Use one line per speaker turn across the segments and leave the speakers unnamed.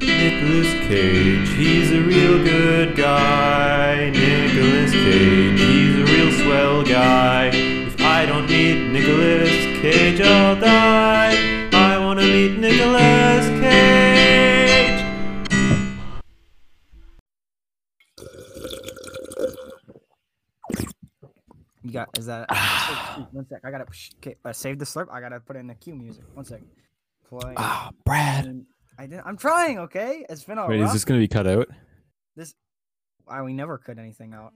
Nicholas Cage, he's a real good guy. Nicholas Cage, he's a real swell guy. If I don't meet Nicholas Cage, I'll die. I wanna meet Nicholas Cage.
You got is that one sec? I gotta psh, okay, uh, save the slurp. I gotta put in the cue music. One sec. Play.
Ah, Brad.
and- I did. I'm trying. Okay, it's been a
Wait,
rough.
is this gonna be cut out?
Wow, we never cut anything out.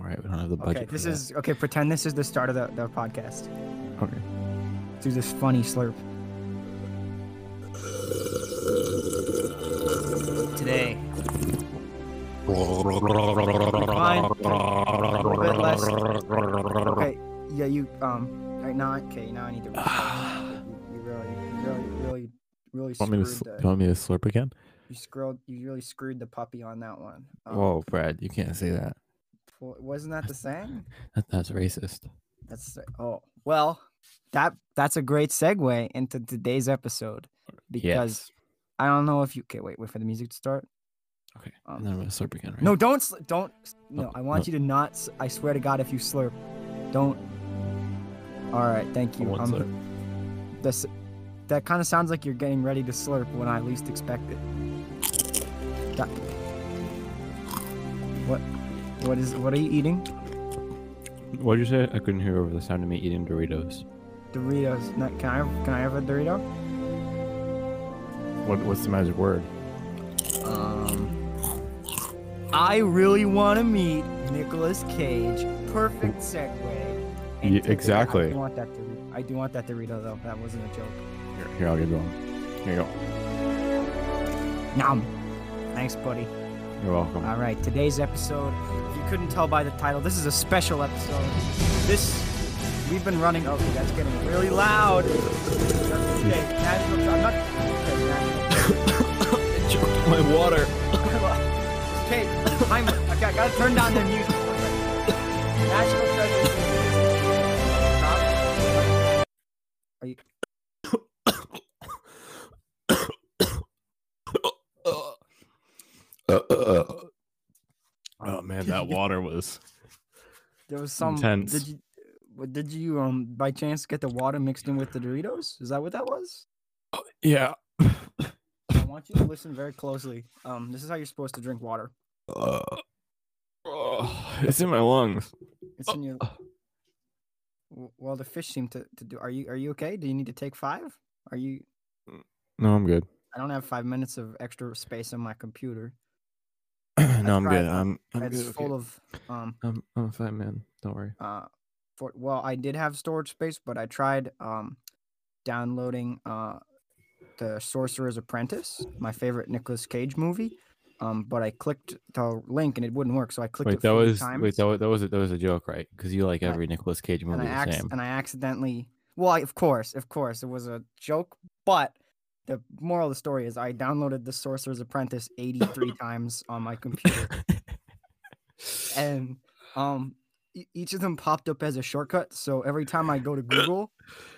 All right, we don't have the budget.
Okay,
for
this
that.
is okay. Pretend this is the start of the, the podcast.
Okay.
Do this funny slurp. Today, Fine. A little bit less. Okay, yeah, you um, right now, okay, now I need to.
Ah.
you, you really, really, really, really
Want
screwed.
me to sl-
the-
you want me to slurp again?
you scrolled. You really screwed the puppy on that one. Um,
Whoa, Brad, you can't say that.
Well, wasn't that the saying?
that that's racist.
That's oh well, that that's a great segue into today's episode because
Yes.
I don't know if you okay. Wait, wait for the music to start.
Okay.
um,
and then I'm gonna slurp again, right?
No, don't sl- don't. s- No,
No,
I
no.
want you to not. s- I swear to God, if you slurp, don't. All right, thank
I
you.
won't
Um,
slurp.
this, that kind of sounds like you're getting ready to slurp when I least expect it. That- what? What is? What are you eating?
What did you say? I couldn't hear over the sound of me eating Doritos.
Doritos. Not, can I? Can I have a Dorito?
What what's the magic word?
Um, I really want to meet Nicolas Cage. Perfect segue. And
Ye-
to that, I
exactly.
do want that Dorito. I do want that Dorito though. That wasn't a joke.
Here, here I'll give you one. Here you go.
Nom. Thanks, buddy.
You're welcome.
All right, today's episode. If you couldn't tell by the title, this is a special episode. This we've been running. Okay, that's getting really loud. Okay, national. I'm not. Okay, national.
I choked my water.
Okay, I'm. Okay, I gotta turn down the music. National treasure. Are you?
Oh man, that water was
There was some.
Intense.
Did you? what- Did you um by chance get the water mixed in with the Doritos? Is that what that was?
yeah.
I want you to listen very closely. Um, this is how you're supposed to drink water.
Uh, oh, it's in my lungs. Oh,
It's in your. W- Well, the fish seem to, to do. Are you are you okay? Do you need to take five? Are you?
No, I'm good.
I don't have five minutes of extra space on my computer.
no, I'm
tried.
good. I'm I'm
it's
good.
full
okay.
of um
I'm I'm a fat man. Don't worry.
uh for well i did have storage space but i tried um downloading uh the sorcerer's apprentice my favorite Nicolas cage movie um but i clicked the link and it wouldn't work so i clicked
Wait,
it
that
four
was
times
wait that was that was a, that was a joke, right? Because you like
I-
every Nicolas Cage
and
movie
i
the
acc-
same.
and i accidentally well I, of course of course it was a joke but the moral of the story is i downloaded the sorcerer's apprentice 83 times on my computer and um e- each of them popped up as a shortcut so every time i go to google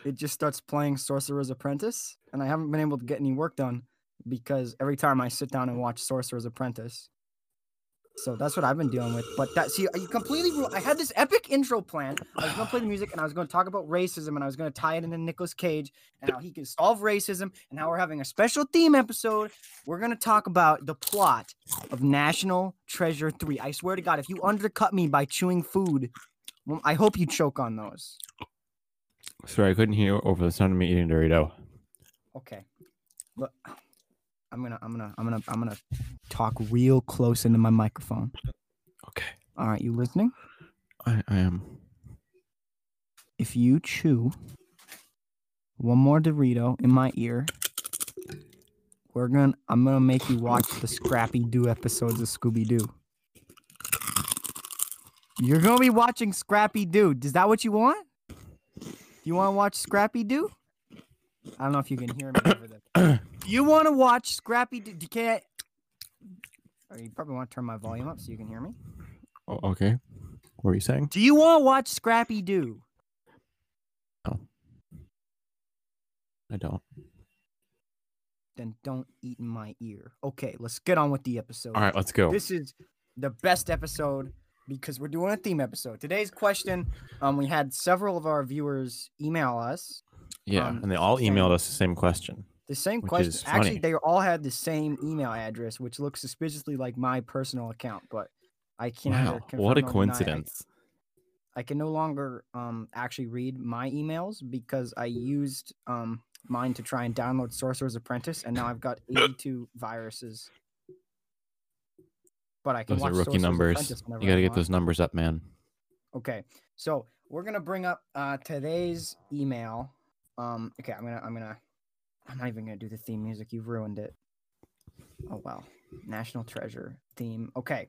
it just starts playing sorcerer's apprentice and i haven't been able to get any work done because every time i sit down and watch sorcerer's apprentice so that's what i've been dealing with but that see you completely ru- i had this epic intro plan i was going to play the music and i was going to talk about racism and i was going to tie it into Nicolas cage and how he can solve racism and how we're having a special theme episode we're going to talk about the plot of National Treasure 3. I swear to God, if you undercut me by chewing food, well, I hope you choke on those.
Sorry, I couldn't hear over the sound of me eating Dorito.
Okay. Look, I'm gonna, I'm gonna, I'm gonna, I'm gonna talk real close into my microphone.
Okay,
All right, you listening?
I, I am.
If you chew one more Dorito in my ear, we're gonna, I'm gonna make you watch the Scrappy Doo episodes of Scooby Doo. You're gonna be watching Scrappy Doo. Is that what you want? Do you want to watch Scrappy Doo? I don't know if you can hear me over there. You want to watch Scrappy Doo? You can't. Oh, you probably want to turn my volume up so you can hear me.
Oh, okay, what were you saying?
Do you want to watch Scrappy Doo?
I don't.
then don't eat in my ear. Okay, let's get on with the episode.
All right, let's go.
This is the best episode because we're doing a theme episode. Today's question, um, we had several of our viewers email us
yeah,
um,
and they all
same.
emailed us the same question.
the same
Which
question.
is
Actually,
funny.
they all had the same email address, which looks suspiciously like my personal account, but I can't. either
Wow, what a
confirm nor deny. I-
coincidence!
I can no longer um actually read my emails because I used um mine to try and download Sorcerer's Apprentice, and now I've got 82 viruses. But I can
Those
watch
are rookie
Sorcerer's
numbers.
Apprentice whenever
You got
I
to get
want.
those numbers up, man.
Okay, so we're gonna bring up uh today's email. Um, okay, I'm gonna I'm gonna I'm not even gonna do the theme music. You've ruined it. Oh well, National Treasure theme. Okay,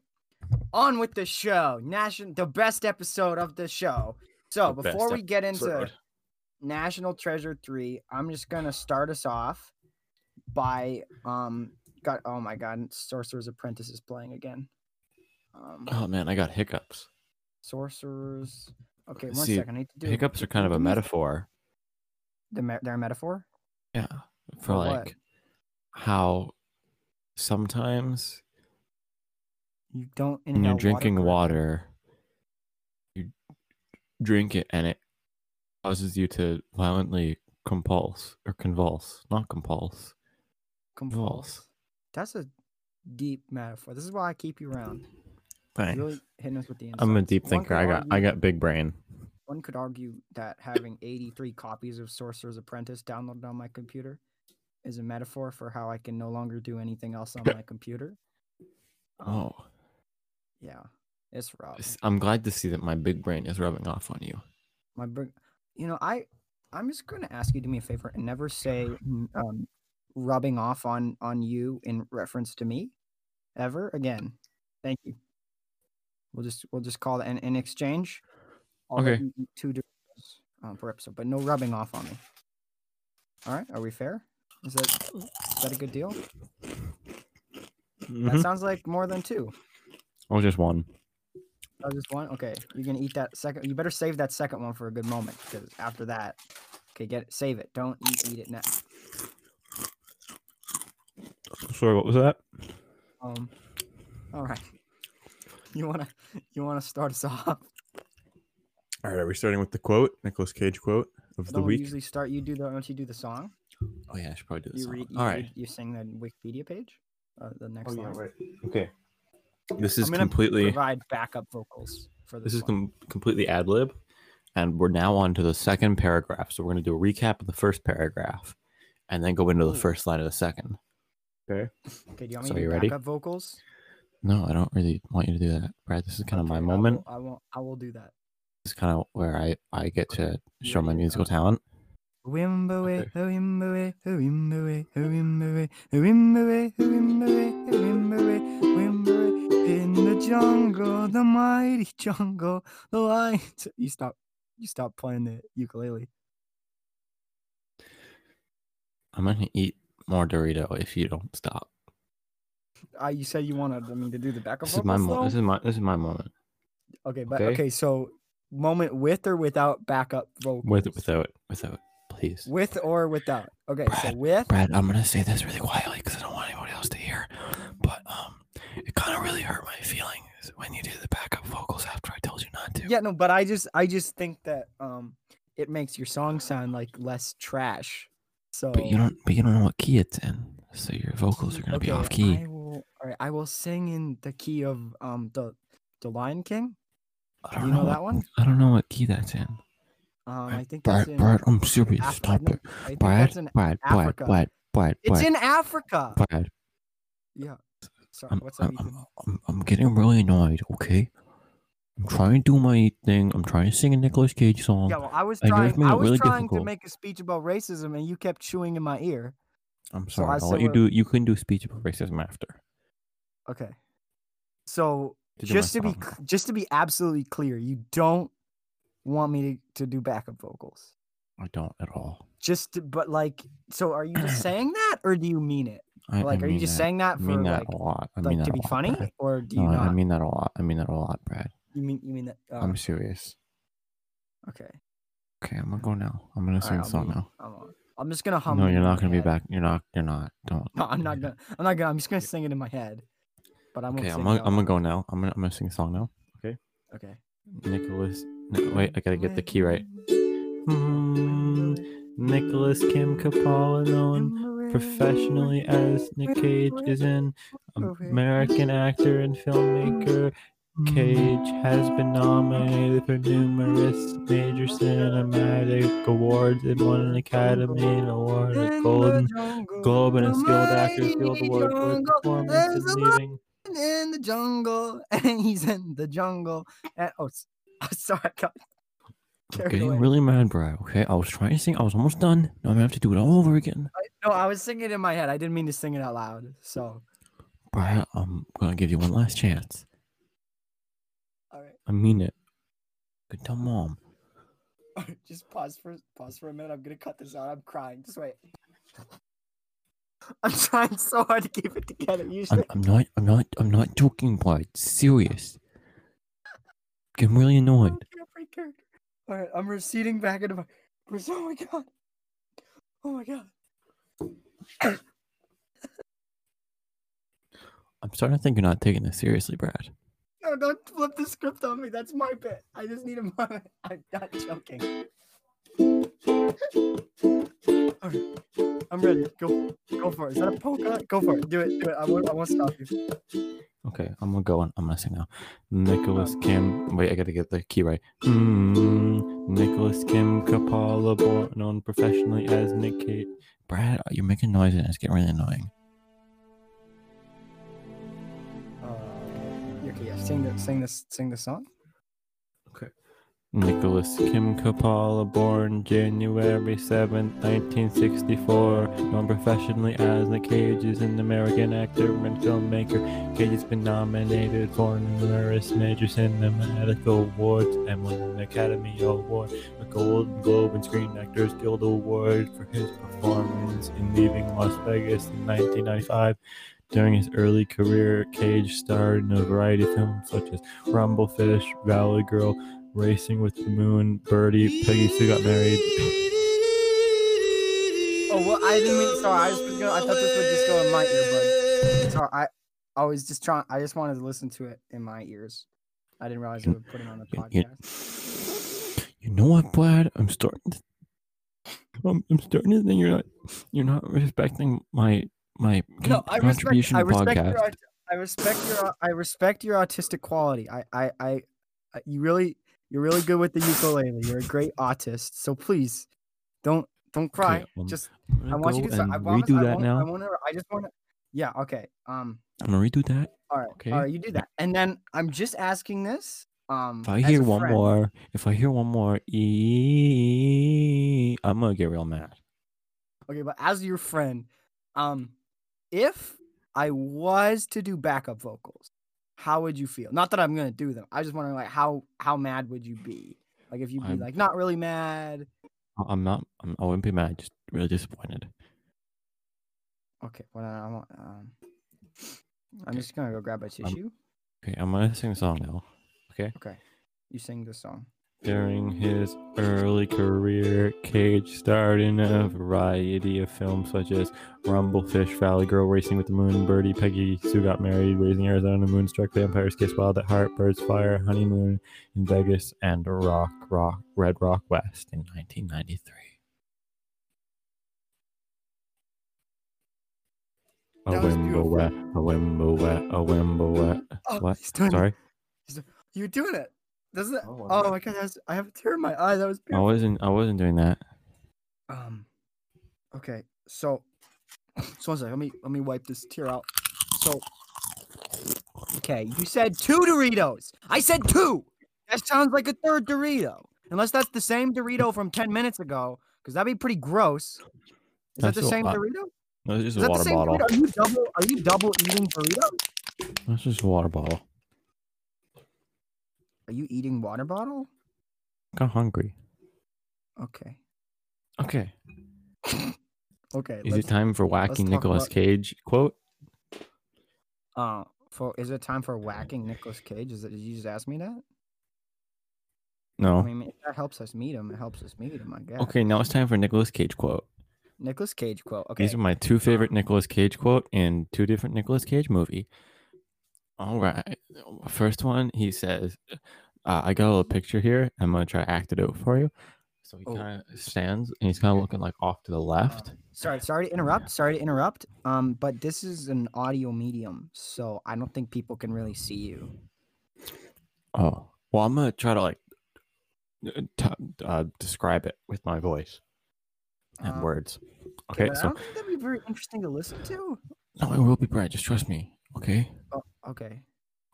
on with the show. National, the best episode of the show. So
The best
before we get into
episode.
National Treasure three, I'm just gonna start us off by um got oh my god, Sorcerer's Apprentice is playing again. Um,
Oh man, I got hiccups.
sorcerers. Okay, one second.
See,
I need to do
Hiccups are kind of a
give me-
metaphor.
The me- their metaphor.
Yeah. For
For what?
like how sometimes
You don't
when
inhale
you're drinking
water.
water, you drink it and it causes you to violently compulse or convulse. Not compulse.
Convulse. That's a deep metaphor. This is why I keep you around.
Thanks.
You're really hitting us with the insights.
I'm a deep
One
thinker.
could
I got I
argue-
got big brain.
One could argue that having 83 copies of Sorcerer's Apprentice downloaded on my computer is a metaphor for how I can no longer do anything else on my computer.
Oh.
Yeah, it's rough.
s- I'm glad to see that my big brain is rubbing off on you.
my br- you know i i'm just going to ask you to do me a favor and never say n- um rubbing off on on you in reference to me ever again thank you we'll just we'll just call it an in exchange I'll let
Okay.
you eat two Doritos, um, per episode but no rubbing off on me all right are we fair is that is that a good deal that
Mhm.
sounds like more than two
Or Oh, just one.
that was just one okay you're gonna eat that second you better save that second one for a good moment because after that okay get it save it don't eat, eat it now
Sorry, what was that?
Um. All right. You wanna you wanna start us off?
All right, are we starting with the quote, Nicholas Cage quote of
Don't we usually start. You do the don't you do the song?
Oh yeah, I should probably do this.
You read.
song.
You,
All
read-
right.
you sing the Wikipedia page. Uh,
Oh,
the next line.
Okay. This is
I'm gonna
completely
Provide backup vocals for this.
this is
one.
com- completely ad lib, and we're now on to the second paragraph. So we're gonna do a recap of the first paragraph, and then go into the
Ooh.
first line of the second. Okay.
okay. Do you want me
so
to do
you
backup
ready?
vocals?
No, I don't really want you to do that, Brad. This is kind of my
Okay,
moment.
I will, I will. I will do that.
This is kind of where I I get to
You
show
ready?
my
Here it
musical
comes.
talent.
Wimboe,
Okay.
oh, wimboe, oh, wimboe, oh, wimboe, oh, wimboe, oh, wimboe, oh, wimboe, wimboe. In the jungle, the mighty jungle, the lions. You stop. You stop playing the ukulele.
I'm gonna eat more Dorito if you don't stop.
Uh, you said you wanted me to do the backup
This is my
vocals,
mo- this
though?
is my this is my moment.
Okay, but
okay.
okay. So, moment with or without backup vocals.
With without without, please.
With or without. Okay, so
Brad,
with.
Brad, I'm gonna say this really quietly because I don't want anybody else to hear. But um, it kind of really hurt my feelings when you did the backup vocals after I told you not to.
Yeah, no, but I just I just think that um it makes your song sound like less trash. So
But you don't. But you don't know what key it's in, so your vocals are gonna be off key.
I will, all right, I will sing in the key of um the the Lion King.
I,
you
don't
know
what-
that one?
I don't know what key that's in.
Um, I think that's
Brad,
in
Brad, I'm serious.
Af-
oh, Stop
no,
it,
I think
Brad.
that's in
Brad, Brad,
Africa.
Brad, Brad,
it's
Brad,
in Africa.
Brad.
Yeah. Sorry,
I'm,
Oh, what's up,
I'm,
Ethan?
I'm, I'm, I'm getting really annoyed. Okay, I'm trying to do my thing. I'm trying to sing a Nicolas Cage song.
Yeah, well, I was
I know
trying.
it's made
I
it
was
really
trying to
difficult.
make a speech about racism, and you kept chewing in my ear.
I'm
So I
sorry. I'll let
said
you
we're-
do. You can do speech about racism after.
Okay. So
To do my
just to be
song.
cl- just to be absolutely clear, you don't want me to, to do backup vocals.
I don't at all.
Just to, but like, so are you just saying that, or do you mean it?
I,
Like,
I
are
mean
you just
that.
saying that
I
for
mean that
like,
a lot. I mean
like
that
to
a
be
lot,
funny,
Brad.
or do you
No, I-
not?
I mean that a lot. I mean that a lot, Brad.
you mean you mean that? Uh,
I'm serious.
okay.
Okay, I'm gonna go now. I'm gonna
All
sing a
right, I'll
song
move-
now.
I'm on. I'm just gonna hum.
no,
it in
you're
my
not gonna be
head.
back. You're not. You're not. Don't.
No, I'm not gonna. I'm not gonna. I'm just gonna sing it in my head. But I won't.
Okay, I'm
sing
gonna,
it out
I'm gonna
loud.
go now. I'm gonna, I'm gonna sing a song now.
Okay.
Nicholas. No, wait, I gotta get the key right. Mm, Nicholas Kim Kapola, known professionally as Nick Cage, is an American actor and filmmaker. Cage has been nominated for numerous major cinematic awards and won an Academy Award, a Golden Globe, and a Skilled Actors Guild Award for his performance in leading.
in the jungle, and he's in the jungle. And oh, s- oh, sorry, I got
I'm
carried
getting
away.
really mad, bro. Okay, I was trying to sing. I was almost done. Now I'm gonna have to do it all over again.
no, I was singing it in my head. I didn't mean to sing it out loud. So,
Brian, I'm gonna give you one last chance.
all right,
I mean it. Good dumb mom.
all right just pause for pause for a minute. I'm gonna cut this out. I'm crying. Just wait. I'm trying so hard to keep it together.
I'm,
Usually,
I'm not. I'm not. I'm not joking, Brian. It's serious. I'm really
I
annoyed.
don't care every character. All right, I'm receding back into my. Oh my god! Oh my god!
I'm starting to think you're not taking this seriously, Brad.
No, don't flip the script on me. That's my bit. I just need a moment. I'm not joking. All right. I'm ready. Go go for it. Is that a polka? Go for it. Do it. Do it. I won't, I won't stop you.
Okay, I'm gonna go on. I'm gonna sing now. Nicholas Kim. Wait, I gotta get the key right. Mm, Nicholas Kim Kapola, born known professionally as Nick Cage. Brad, you're making noise and it's getting really annoying.
Uh, okay, yeah. Sing the sing this sing the song.
Nicholas Kim Kapola, born January 7, 1964, known professionally as Nick Cage, is an American actor and filmmaker. Cage has been nominated for numerous major cinematic awards and won an Academy Award, a Golden Globe and Screen Actors Guild Award for his performance in Leaving Las Vegas in 1995. During his early career, Cage starred in a variety of films such as Rumblefish, Valley Girl, Racing with the Moon, Birdie, Peggy Sue Got Married.
Oh well, I didn't mean sorry, I was just gonna I thought this would just go in my earbud. Sorry, I I was just trying I just wanted to listen to it in my ears. I didn't realize we would put it on the
You,
podcast.
you- you know what, Brad? I'm starting. To, I'm, I'm starting to think you're not you're not respecting my my
no,
con-
I respect,
contribution
I
to
respect
podcast.
your, aut- I respect your, au- I respect your autistic quality. I, I, I, I- you really, you're really good with the ukulele. You're a great autist. So please, don't, don't cry.
um,
just,
I'm gonna
I want you
go
to. Start, I
and
promise,
redo
I
that
won't-
now.
I want to. I just want to. Yeah. Okay. Um.
I'm gonna redo that.
All right.
Okay.
All right. You do that, and then I'm just asking this. Um.
If I
as
hear
a
one
friend.
more, if I hear one more, ee, I'm gonna get real mad.
Okay, but as your friend, um, if I was to do backup vocals, how would you feel? Not that I'm gonna do them. I just wondering like how how mad would you be? Like if you'd be
I'm-
like not really mad.
I- I'm not. I'm, I wouldn't be mad. Just really disappointed.
Okay, well I want um I'm just gonna go
Um,
grab a tissue.
Okay, I'm gonna sing a song now. Okay.
okay. You sing the song.
During his early career, Cage starred in a variety of films such as Rumblefish, Valley Girl, Racing with the Moon, Birdie, Peggy, Sue Got Married, Raising Arizona, Moonstruck, Vampires Kiss, Wild at Heart, Birds Fire, Honeymoon in Vegas, and Rock Rock Red Rock West in 1993. A
That was
wimble
beautiful.
wet, a wimble wet, a wimble wet.
Oh,
What?
he's doing it.
Sorry,
You're doing it. Doesn't it?
Oh,
Oh,
I'm-
my god, that's, I have a tear in my eye. That was
I
beautiful.
wasn't. I wasn't doing that.
Um. Okay, so, so one second. Let me let me wipe this tear out. So, okay, you said two Doritos. I said two. That sounds like a third Dorito, unless that's the same Dorito from ten minutes ago, because that'd be pretty gross. Is
That's
that
a
the same
lot.
Dorito?
No, it's
Is
just a
that the
water
same
bottle.
Dorito? Are you double? Are you double eating Doritos?
That's just a water bottle.
Are you eating water bottle?
Got hungry.
Okay.
Okay.
Okay.
Is
let's-
it time for wacky
talk
Nicolas
about-
Cage quote?
Uh, for is it time for whacking Nicolas Cage? Is it? Did you just ask me that? I
No.
Oh, mean, that helps us meet him. It helps us meet him, I guess.
Okay, now it's time for Nicolas Cage quote.
Nicholas Cage quote. Okay.
These are my two favorite Nicolas Cage quote in two different Nicolas Cage movie. All right. First one, he says, uh, I got a little picture here. I'm going to try to act it out for you. So he
Oh.
kind of stands and he's kind of looking like off to the left.
Um, sorry, sorry to interrupt. Sorry to interrupt. Um, but this is an audio medium, so I don't think people can really see you. Uh.
Oh, well, I'm going to try to like uh, t- uh, describe it with my voice and
Um,
words. Okay.
but I
So,
don't think that'd be very interesting to listen to.
no, it will be bright. Just trust me. Okay.
Oh, okay.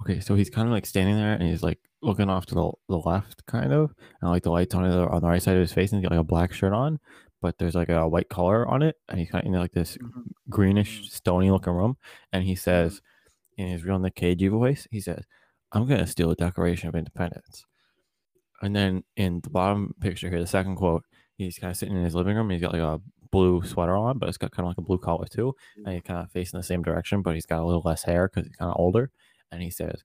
Okay, so he's kind of like standing there and he's like looking off to the, the left, kind of, and like the lights on the, on the right side of his face, and he's got like a black shirt on, but there's like a white collar on it, and he's kind of in like this
Mhm.
greenish, stony looking room, and he says, in his real Nick Cagey voice, he says, "I'm gonna steal the Declaration of Independence." And then in the bottom picture here, the second quote, he's kind of sitting in his living room, and he's got like a blue sweater on, but it's got kind of like a blue collar too, and he's kind of facing the same direction, but he's got a little less hair because he's kind of older and he says,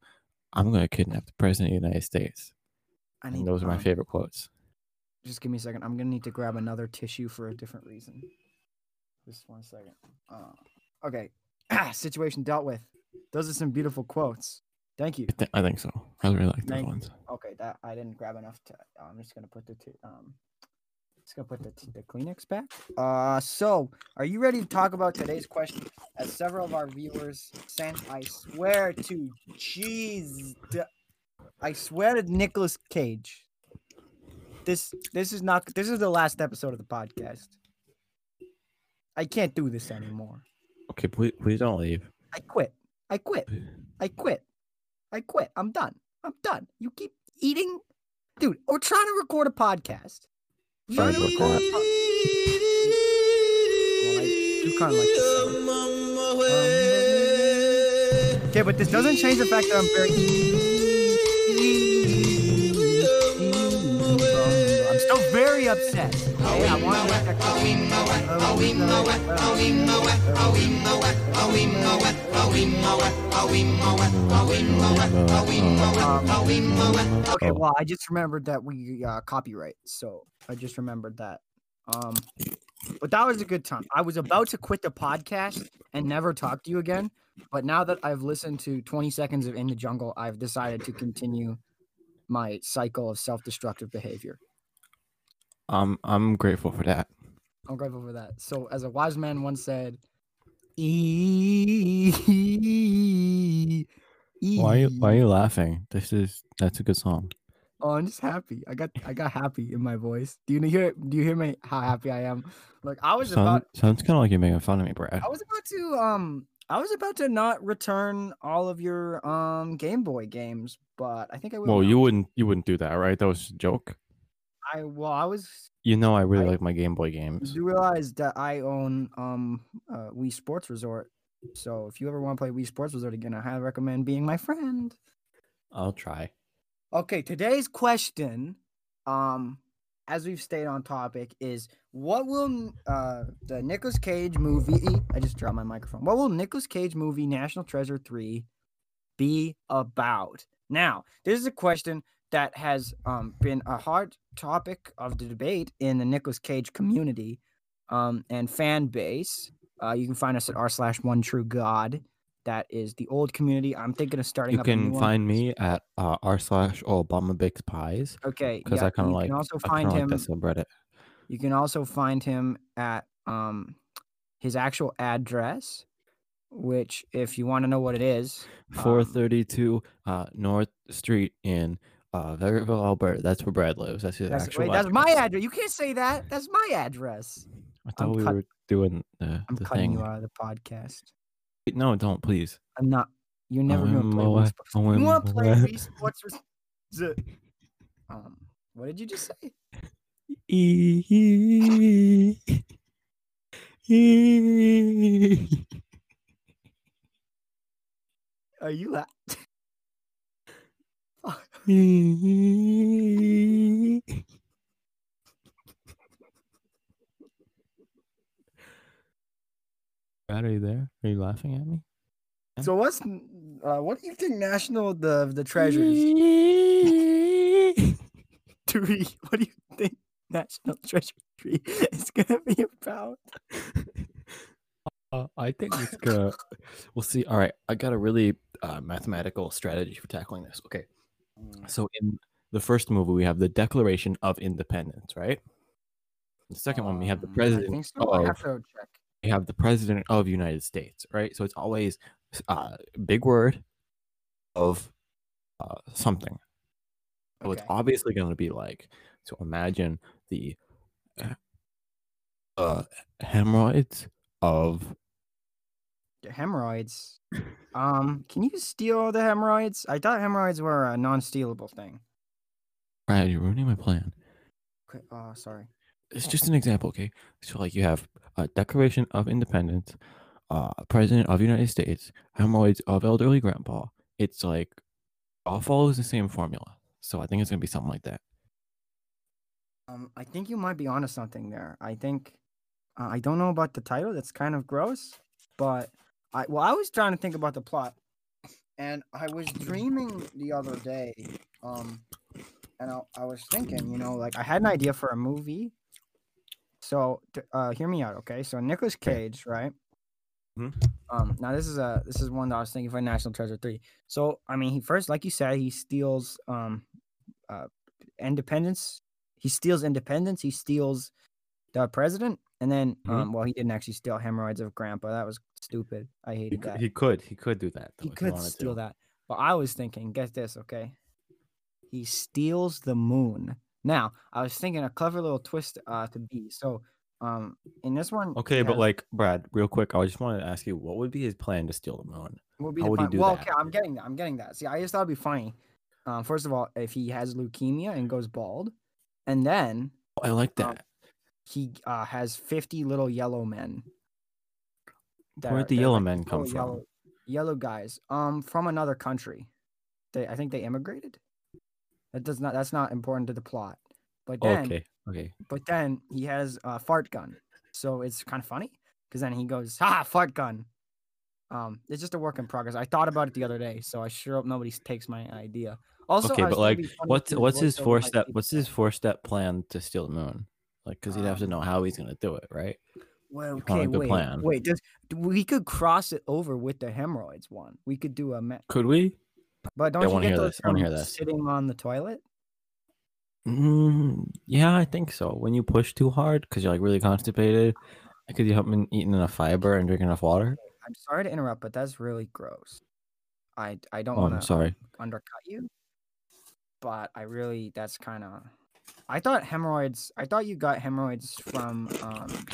"I'm going to kidnap the president of the United States."
I
And those are my
um,
favorite quotes.
Just give me a second. I'm gonna need to grab another tissue for a different reason. Just one second. Uh, okay. Situation dealt with. Those are some beautiful quotes. Thank you.
I, thi- I think so. I really like those
Thank-
ones.
Okay, that I didn't grab enough to. I'm just gonna put the two. Um, just gonna put the t- the Kleenex back. Uh, so are you ready to talk about today's question? As several of our viewers sent, I swear to jeez, d- I swear to Nicolas Cage. This this is not. This is the last episode of the podcast. I can't do this anymore.
Okay, please, please don't leave.
I quit. I quit. I quit. I quit. I'm done. I'm done. You keep eating, dude. We're trying to record a podcast. You
Trying to
know-
record a
Well, I do kind of like this. sound. Okay, but this doesn't change the fact that I'm very. I'm still very upset. Okay, I want to let that go. Okay,
Oh,
well, I just remembered that we uh, copyright, so I just remembered that. Um, but that was a good time. I was about to quit the podcast and never talk to you again, but now that I've listened to 20 seconds of In the Jungle, I've decided to continue my cycle of self-destructive behavior.
I'm I'm grateful for that.
I'm grateful for that. So, as a wise man once said, "E-
Why are you Why are you laughing? This is that's a good song.
Oh, I'm just happy. I got I got happy in my voice. Do you n- hear do you hear me how happy I am? Like I was
Sound,
about
sounds kind of like you're making fun of me, Brad.
I was about to um I was about to not return all of your um Game Boy games, but I think I will.
Well,
now.
you wouldn't you wouldn't do that, right? That was a joke.
I well, I was
You know, I really
I-
like my Game Boy games.
you realize that I own um uh, Wii Sports Resort. So if you ever want to play Wii Sports Resort again, I highly recommend being my friend.
I'll try.
Okay, today's question, um, as we've stayed on topic, is what will n- uh, the Nicolas Cage movie? I just dropped my microphone. What will Nicolas Cage movie National Treasure Three be about? Now, this is a question that has um, been a hard topic of the debate in the Nicolas Cage community um, and fan base. Uh, you can find us at r slash one true god. That is the old community. I'm thinking of starting.
You
up a new
can
one.
find me at uh, r slash Obama Bakes Pies
Okay,
because
yeah,
I kind of
you
like
can also
I
find
kinda
him.
Like that subreddit.
you can also find him at um his actual address, which, if you want to know what it is,
Four thirty two uh, North Street in uh, Vegreville, Alberta. That's where Brad lives. That's his
that's,
actual.
wait, that's
address.
my address. You can't say that. That's my address.
I
I'm
thought we
cut-
were doing the,
I'm
the
cutting
thing.
you out of the podcast.
Wait, No, don't please. Oh,
I'm not. You're never gonna play.
OMOF,
Wii Sports. You want to play
OMOF.
Wii Sports? Res- Z- um, what did you just say? Are you? La-
Brad, are you there? Are you laughing at me?
so what's n- uh, what do you think National the the treasures?
treasures.
Three. What do you think National Treasure history is gonna be about.
Uh, I think it's gonna. we'll see. All right, I got a really uh, mathematical strategy for tackling this. Okay, so in the first movie we have the Declaration of Independence, right? The second one we have the
Um, I
president
think so. I
of-
have to check.
we have the president of United States, right? So it's always uh, big word of uh, something. So it's
Okay.
obviously going to be like so. Imagine the uh, uh, hemorrhoids of
The hemorrhoids. Um, can you steal the hemorrhoids? I thought hemorrhoids were a non-stealable thing.
Brad. You're ruining my plan.
Okay. Oh, sorry.
it's just an example, okay? So like you have a Declaration of Independence, uh, President of United States, hemorrhoids of elderly grandpa. It's like all follows the same formula. So I think it's gonna be something like that.
Um, I think you might be onto something there. I think uh, I don't know about the title. That's kind of gross, but I well, I was trying to think about the plot, and I was dreaming the other day. Um, and I, I was thinking, you know, like I had an idea for a movie. So t- uh, hear me out, okay? So Nicolas Cage, right?
Mhm.
Um, now this is a this is one that I was thinking for National Treasure three. So I mean, he first, like you said, he steals um, uh, independence he steals independence. He steals the president, and then
Mhm.
um, well, he didn't actually steal hemorrhoids of grandpa. That was stupid. I
He,
hated
cou-
that.
he could, he could do that. though,
He
if
could
wanted
steal
to.
that. But I was thinking, get this, okay? He steals the moon. Now, I was thinking a clever little twist uh, to be. So, um, in this one,
Okay,
yeah,
but like Brad, real quick, I just wanted to ask you, what would be his plan to steal the moon?
would be
how
the
would he
fin-
do
well,
that?
okay, I'm getting that. I'm getting that. See, I just thought it'd be funny. Um, first of all, if he has leukemia and goes bald, and then
Oh, I like
Um,
that.
he uh, has 50 little yellow men. that
Where'd
are-
the
they're
yellow
like
men
these little
come from?
Oh, Yellow, yellow guys, um, from another country. They, I think they immigrated. That does not. That's not important to the plot. But then,
okay, okay.
but then he has a fart gun, so it's kind of funny because then he goes, "Ha, fart gun." Um, it's just a work in progress. I thought about it the other day, so I sure hope nobody takes my idea. Also,
okay,
I was thinking
but like,
it'd be funny
what's
if he
what's his
worked over
four
my
step?
sleep
What's his four step plan to steal the moon? Like, cause he'd have to
Um,
know how he's gonna do it, right?
Well,
found a
okay,
good
wait,
plan.
wait. Does, d- we could cross it over with the hemorrhoids one. We could do a, ma-
Could we?
but don't you
wanna
get
hear
those
this, I wanna
from
hear this.
sitting on the toilet?
Mm, yeah, I think so. When you push too hard, because you're like really constipated, because you haven't been eating enough fiber and drinking enough water.
I'm sorry to interrupt, but that's really gross. I I don't
Oh,
want
I'm
to
sorry.
undercut you, but I really that's kind of. I thought hemorrhoids. I thought you got hemorrhoids from. Um,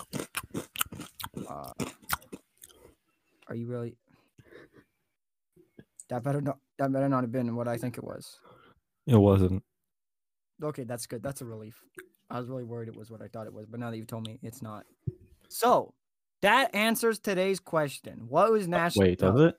uh, are you really? That better not. That better not have been what I think it was.
It wasn't.
Okay, that's good. That's a relief. I was really worried it was what I thought it was, but now that you've told me it's not. So that answers today's question. What was national?
Wait, does it?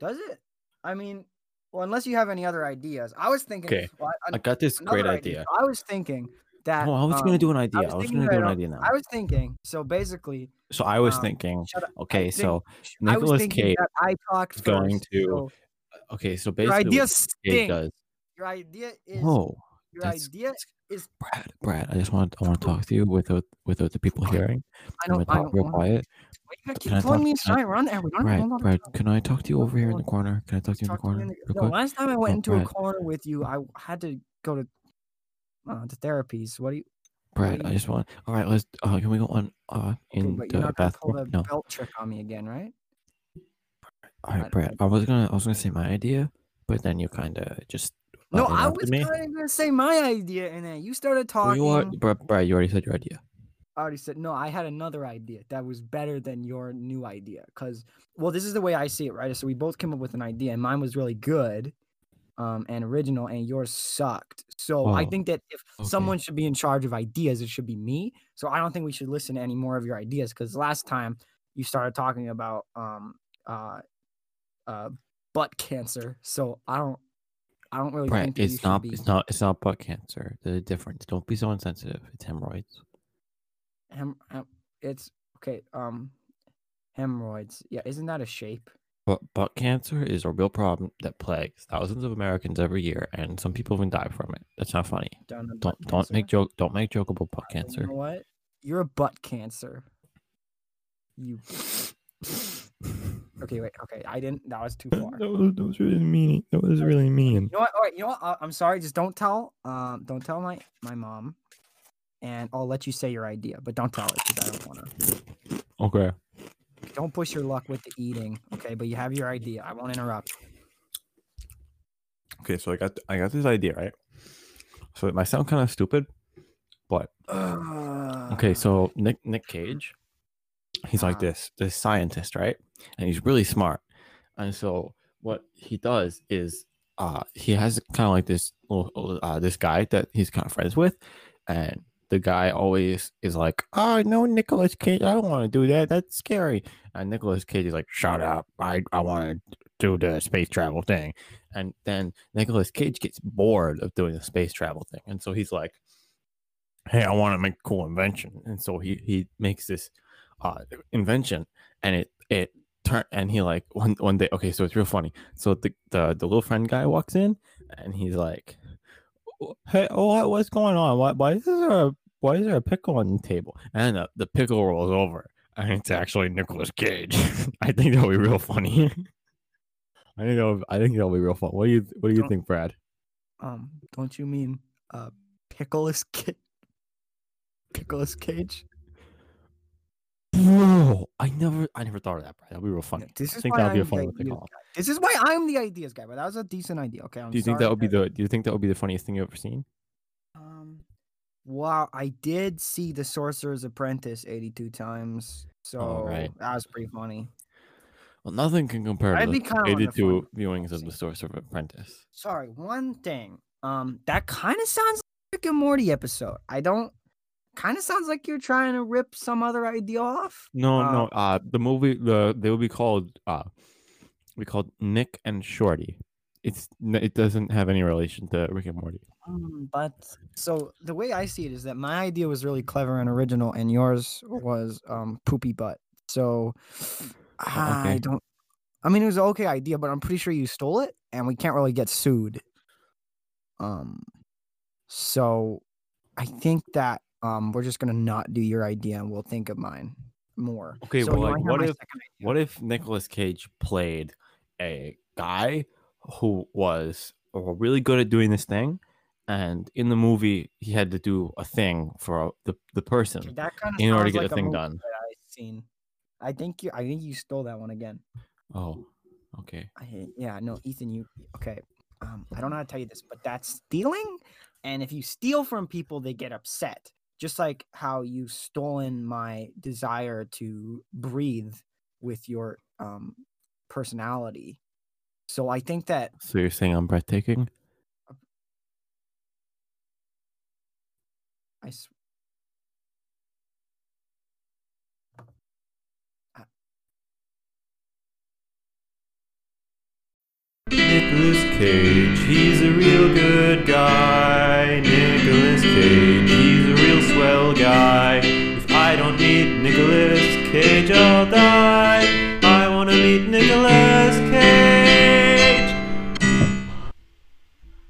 Does it? I mean, well, unless you have any other ideas, I was thinking.
Okay,
well, an-
I got this
another
great idea.
I was thinking that.
Oh, I was gonna
um,
do an idea. I was,
thinking
gonna
that
do an
on-
idea now.
I was thinking. So basically,
so I was
um,
thinking.
shut up. I
Okay,
think-
so
sh- I was
Nicolas
thinking
Oh. Cage
that I talked
is going
first,
to
so
okay, so
your
basically,
idea
what Cage
stinks.
does.
Your idea is.
Oh,
your
that's-
idea is.
Brad, Brad, I just want I want to talk to you without without the people hearing.
I
I'm
don't.
gonna
I
talk
don't.
real
wanna-
quiet.
Why you gotta
Can
keep
I
pulling
talk-
me
can I-
aside? We're on air. We don't have
Brad,
a lot of
Brad,
time.
can I talk to you
Hold
over here in
on.
the corner? Can I talk to you in the
Talk to me
corner?
in the-
real
the
quick?
last time I went
Oh,
into a
Brad.
corner with you, I w- had to go to uh, to therapies. What do you? What
Brad,
do
I
you-
just want. All right, let's. Uh, can we go on uh,
Okay,
in
but you're
the
not gonna pull the
bathroom? No.
belt trick on me again, right?
All
I-
right, Brad. I was gonna. I was gonna say my idea, but then you kind of just. uh,
No, I
interrupted
was
me.
kind of gonna say my idea, and then you started
Well,
talking.
you are, Brad, Brad. You already said your idea.
I already said no. I had another idea that was better than your new idea. Cause well, this is the way I see it, right? So we both came up with an idea, and mine was really good, um, and original, and yours sucked. So I
Oh,
think that if
okay.
someone should be in charge of ideas, it should be me. So I don't think we should listen to any more of your ideas. Cause last time you started talking about um uh uh butt cancer. So I don't I don't really
Brad,
think that you
it's
should
not.
be
It's not. It's not butt cancer. There's a difference. Don't be so insensitive. It's hemorrhoids.
Hem, hem, it's okay. Um, hemorrhoids. Yeah, isn't that a shape?
But butt cancer is a real problem that plagues thousands of Americans every year, and some people even die from it. That's not funny.
Down the butt
Don't don't make
cancer?
joke. Don't make joke about butt
Well,
cancer.
You know what? You're a butt cancer. You okay? Wait. Okay, I didn't. That was too far.
That was, that was really mean. That was really mean.
You know what? All right. You know what? I- I'm sorry. Just don't tell. Um, don't tell my my mom, and I'll let you say your idea, but don't tell her because I don't want to.
Okay.
Don't push your luck with the eating. Okay, but you have your idea. I won't interrupt.
Okay, so I got I got this idea, right? So it might sound kind of stupid, but okay. So Nick Nick Cage, he's like
Uh-huh.
this this scientist, right? And he's really smart. And so what he does is, uh, he has kind of like this little uh, this guy that he's kind of friends with, and the guy always is like, "Oh no, Nicholas Cage, I don't want to do that. That's scary." And Nicholas Cage is like, "Shut up! I I want to do the space travel thing." And then Nicholas Cage gets bored of doing the space travel thing, and so he's like, "Hey, I want to make a cool invention," and so he he makes this uh, invention, and it it turn and he like one one day okay, so it's real funny. So the the, the little friend guy walks in, and he's like, "Oh, "Hey, oh, what, what's going on? Why why is there a why is there a pickle on the table?" And the, the pickle rolls over, and it's actually Nicholas Cage. I think that'll be real funny. I think that'll, I think that'll be real fun. What do you What do you
Don't-
think, Brad?
Um, don't you mean uh, pickleless kid? Pickleless cage.
Bro, I never I never thought of that, Brad. That'll be real
No,
funny.
This
I
is
think
why
that'll be a
I'm
fun
the
one to
ideas
call.
guy. This is why I'm the ideas guy, but that was a decent idea. Okay, I'm
Do you think
sorry
that would be
that-
the Do you think that would be the funniest thing you've ever seen?
Um, wow, I did see The Sorcerer's Apprentice 82 times, so
All right.
that was pretty funny.
Well, nothing can compare
That'd
to
be
the
kinda wonderful.
82 viewings of The Source of Apprentice.
Sorry, one thing. Um, that kind of sounds like a Rick and Morty episode. I don't. Kind of sounds like you're trying to rip some other idea off.
No,
Uh,
no. Uh, the movie the they would be called uh, we called Nick and Shorty. It's n- it doesn't have any relation to Rick and Morty.
Um, but so the way I see it is that my idea was really clever and original, and yours was um poopy butt. So I
okay.
don't. I mean, it was an okay idea, but I'm pretty sure you stole it, and we can't really get sued. Um, so I think that um we're just gonna not do your idea, and we'll think of mine more.
Okay,
so
well,
you wanna
like,
hear
what
my
if-
second idea?
What if Nicolas Cage played a guy who was uh, really good at doing this thing, and in the movie he had to do a thing for the the
Okay,
person
that kind of
in order to get the thing done?
I've seen. I think you. I think you stole that one again.
Oh, okay.
I, yeah, no, Ethan, you okay? Um, I don't know how to tell you this, but that's stealing. And if you steal from people, they get upset. Just like how you've stolen my desire to breathe with your um personality. So I think that
So you're saying I'm breathtaking?
I. s-
Nicholas Cage, he's a real good guy. Nicholas Cage, he's a real swell guy. If I don't meet Nicholas Cage, I'll die. I wanna meet Nicholas